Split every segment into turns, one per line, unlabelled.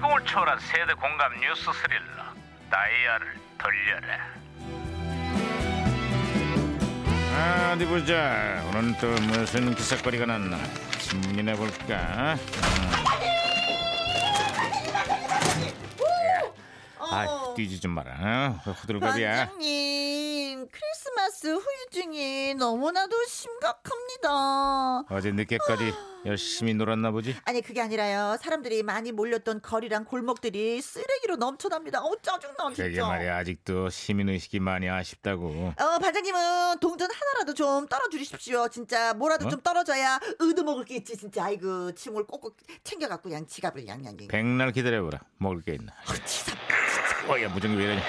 폭풍을 초월한 세대 공감 뉴스 스릴러 다이아를 돌려라 아, 어디 보자 오늘은 또 무슨 기사거리가 났나 신문이나 볼까 아
어,
아, 뛰지 좀 마라 어? 호들갑이야
반장님 크리스마스 후유증이 너무나도 심각합니다.
어제 늦게까지 열심히 놀았나 보지
아니 그게 아니라요. 사람들이 많이 몰렸던 거리랑 골목들이 쓰레기로 넘쳐납니다. 어 짜증나 진짜.
그게 말이야 아직도 시민의식이 많이 아쉽다고
어 반장님은 동전 하나라도 좀 떨어주십시오. 진짜 뭐라도
어?
좀 떨어져야 의도 먹을 게 있지 진짜. 아이고 침을 꼭꼭 챙겨갖고 그냥 지갑을 양양양.
백날 기다려보라 먹을 게 있나
어,
어야 무전기 왜 이러냐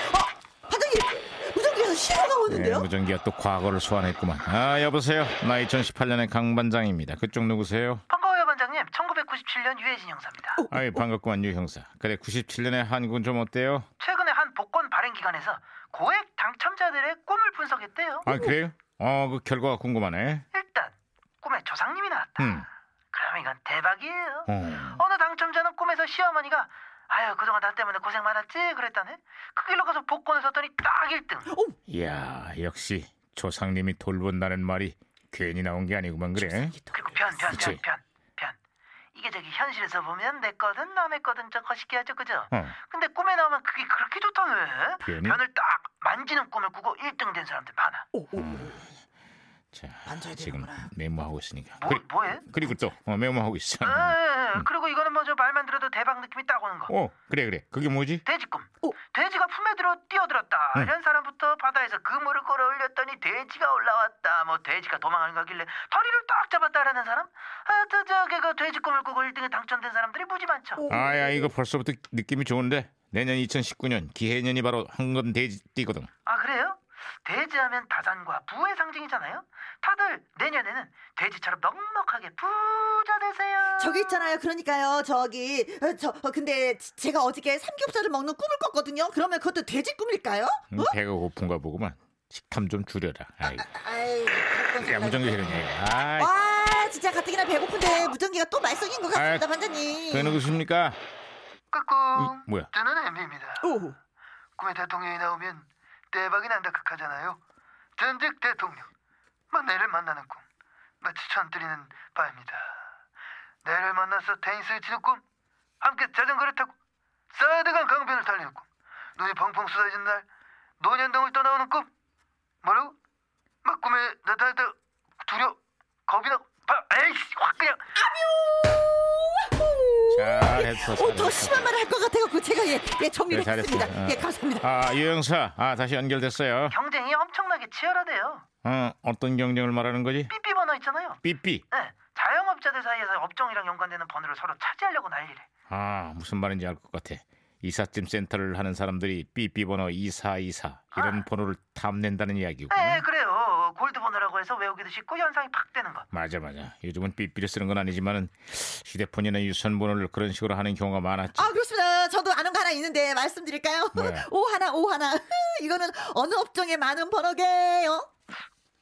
반장님 무전기에서 신호가
네,
오는데요.
무전기가 또 과거를 소환했구만. 아 여보세요. 나 2018년의 강 반장입니다. 그쪽 누구세요?
반가워요 반장님 1997년 유해진 형사입니다
아이 반갑구만 유 형사. 그래 97년의 한국은 좀 어때요?
최근에 한 복권 발행 기관에서 고액 당첨자들의 꿈을 분석했대요
아 그래요? 어 그 결과가 궁금하네.
일단 꿈에 조상님이 나왔다
음.
그럼 이건 대박이에요
어.
어느 당첨자는 꿈에서 시어머니가 아유 그동안 나 때문에 고생 많았지 그랬다네 그 길로 가서 복권을 샀더니 딱 1등
이야 역시 조상님이 돌본다는 말이 괜히 나온 게 아니구만 그래.
그리고 편 편 편
그치.
편편 이게 저기 현실에서 보면 내 거든 남의 거든 좀 거시기 하죠 그죠
어.
근데 꿈에 나오면 그게 그렇게 좋다네
변이?
변을 딱 만지는 꿈을 꾸고 1등 된 사람들 많아
자
만져야
음, 지금
되는구나.
메모하고 있으니까.
뭐,
그리,
뭐해?
그리고 또 어, 메모하고 있어.
예, 예. 그리고 이거는 뭐저 말만 들어도 대박 느낌이 딱 오는 거.
어 그래 그래. 그게 뭐지?
돼지꿈.
어.
돼지가 품에 들어 뛰어들었다.
네.
이런 사람부터 바다에서 그물을 끌어 올렸더니 돼지가 올라왔다. 뭐 돼지가 도망하는 거길래 다리를 딱 잡았다라는 사람? 하여튼 저게 그 돼지 꿈을 꾸고 1등에 당첨된 사람들이 무지 많죠.
어.
아야 이거 벌써부터 느낌이 좋은데 내년 2019년 기해년이 바로 황금 돼지띠거든.
아 그래요? 돼지하면 다산과 부의 상징이잖아요. 다들 내년에는 돼지처럼 넉넉하게 부자 되세요.
저기 있잖아요. 그러니까요. 저기 어, 저 어, 근데 지- 제가 어저께 삼겹살을 먹는 꿈을 꿨거든요. 그러면 그것도 돼지 꿈일까요?
음, 배가 고픈가 보구만. 식탐 좀 줄여라. 아이,
아이,
야 무전기 되냐? 아,
와, 진짜 가뜩이나 배고픈데 무전기가 또 말썽인 것 같습니다,
아이,
반장님.
그 누구십니까?
꾹꾹.
이, 뭐야?
저는 엠비입니다.
오,
꿈에 대통령이 나오면 대박이 난다 극하잖아요. 전직 대통령 뭐 만내를 만나는 꿈 마치 천뜨리는 바입니다. 내를 만나서 테니스를 치는 꿈 함께 자전거를 타고 사야대강 강변을 달리는 꿈 눈이 펑펑 쏟아진 날 노년동을 떠나오는 꿈 뭐라고? 막 꿈에 나타났다 두려 겁이 나고 바, 에이씨 확 그냥
잘했어.
오, 더
잘했어.
심한 말을 할 것 같아갖고 제가 예, 예 정리를
그래, 잘했어.
했습니다.
어.
예, 감사합니다.
아, 유영사, 아 다시 연결됐어요.
경쟁이 엄청나게 치열하대요
어, 어떤 경쟁을 말하는 거지?
삐삐 번호 있잖아요
삐삐.
네, 자영업자들 사이에서 업종이랑 연관되는 번호를 서로 차지하려고 난리래.
아, 무슨 말인지 알 것 같아. 이삿짐 센터를 하는 사람들이 삐삐 번호 2424 이런 번호를 탐낸다는 이야기고.
네, 그래요. 골드 번호라고 해서 외우기도 쉽고 현상이 팍 되는 거.
맞아 맞아. 요즘은 삐삐를 쓰는 건 아니지만은 휴대폰이나 유선번호를 그런 식으로 하는 경우가 많았지.
아, 그렇습니다. 저도 아는 거 하나 있는데 말씀드릴까요?
뭐야?
오 하나, 오 하나. 이거는 어느 업종에 많은 번호게요?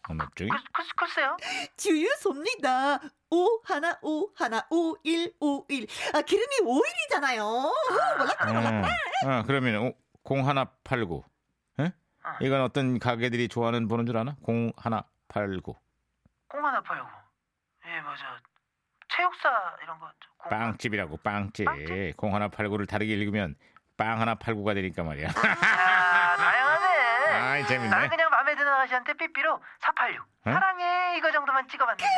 어느 쪽이?
글, 글, 글쎄요.
주유소입니다. 오 하나, 오 하나, 오 일, 오 일. 아, 기름이 오일이잖아요. 몰랐구나, 몰랐구나.
어, 어, 그러면 0189. 에? 이건 어떤 가게들이 좋아하는 번호인 줄 아나? 0189.
공안 아파요. 예, 맞아. 체육사 이런 거. 저 공-
빵집이라고 빵집.
빵집?
0189를 다르게 읽으면 빵 하나 89가 되니까 말이야.
아, 다양하네.
아이, 재밌네.
나는 그냥 마음에 드는 아저씨한테 삐삐로 486.
응?
사랑해 이거 정도만 찍어봤는데.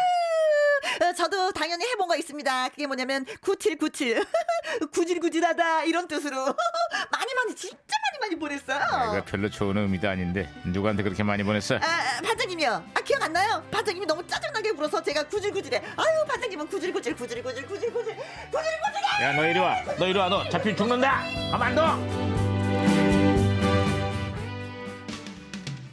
어, 저도 당연히 해본 거 있습니다. 그게 뭐냐면 9797 구질구질하다 이런 뜻으로 많이 많이 진짜 많이 많이 보냈어요.
아, 이거 별로 좋은 의미도 아닌데 누구한테 그렇게 많이 보냈어?
아, 아, 반장님이요. 아 기억 안 나요? 반장님이 너무 짜증나게 굴어서 제가 구질구질해. 아유 반장님은 구질구질 구질구질 구질구질 구질구질해.
야 너 이리 와. 너 이리 와. 너 잡히 죽는다. 가만 둬.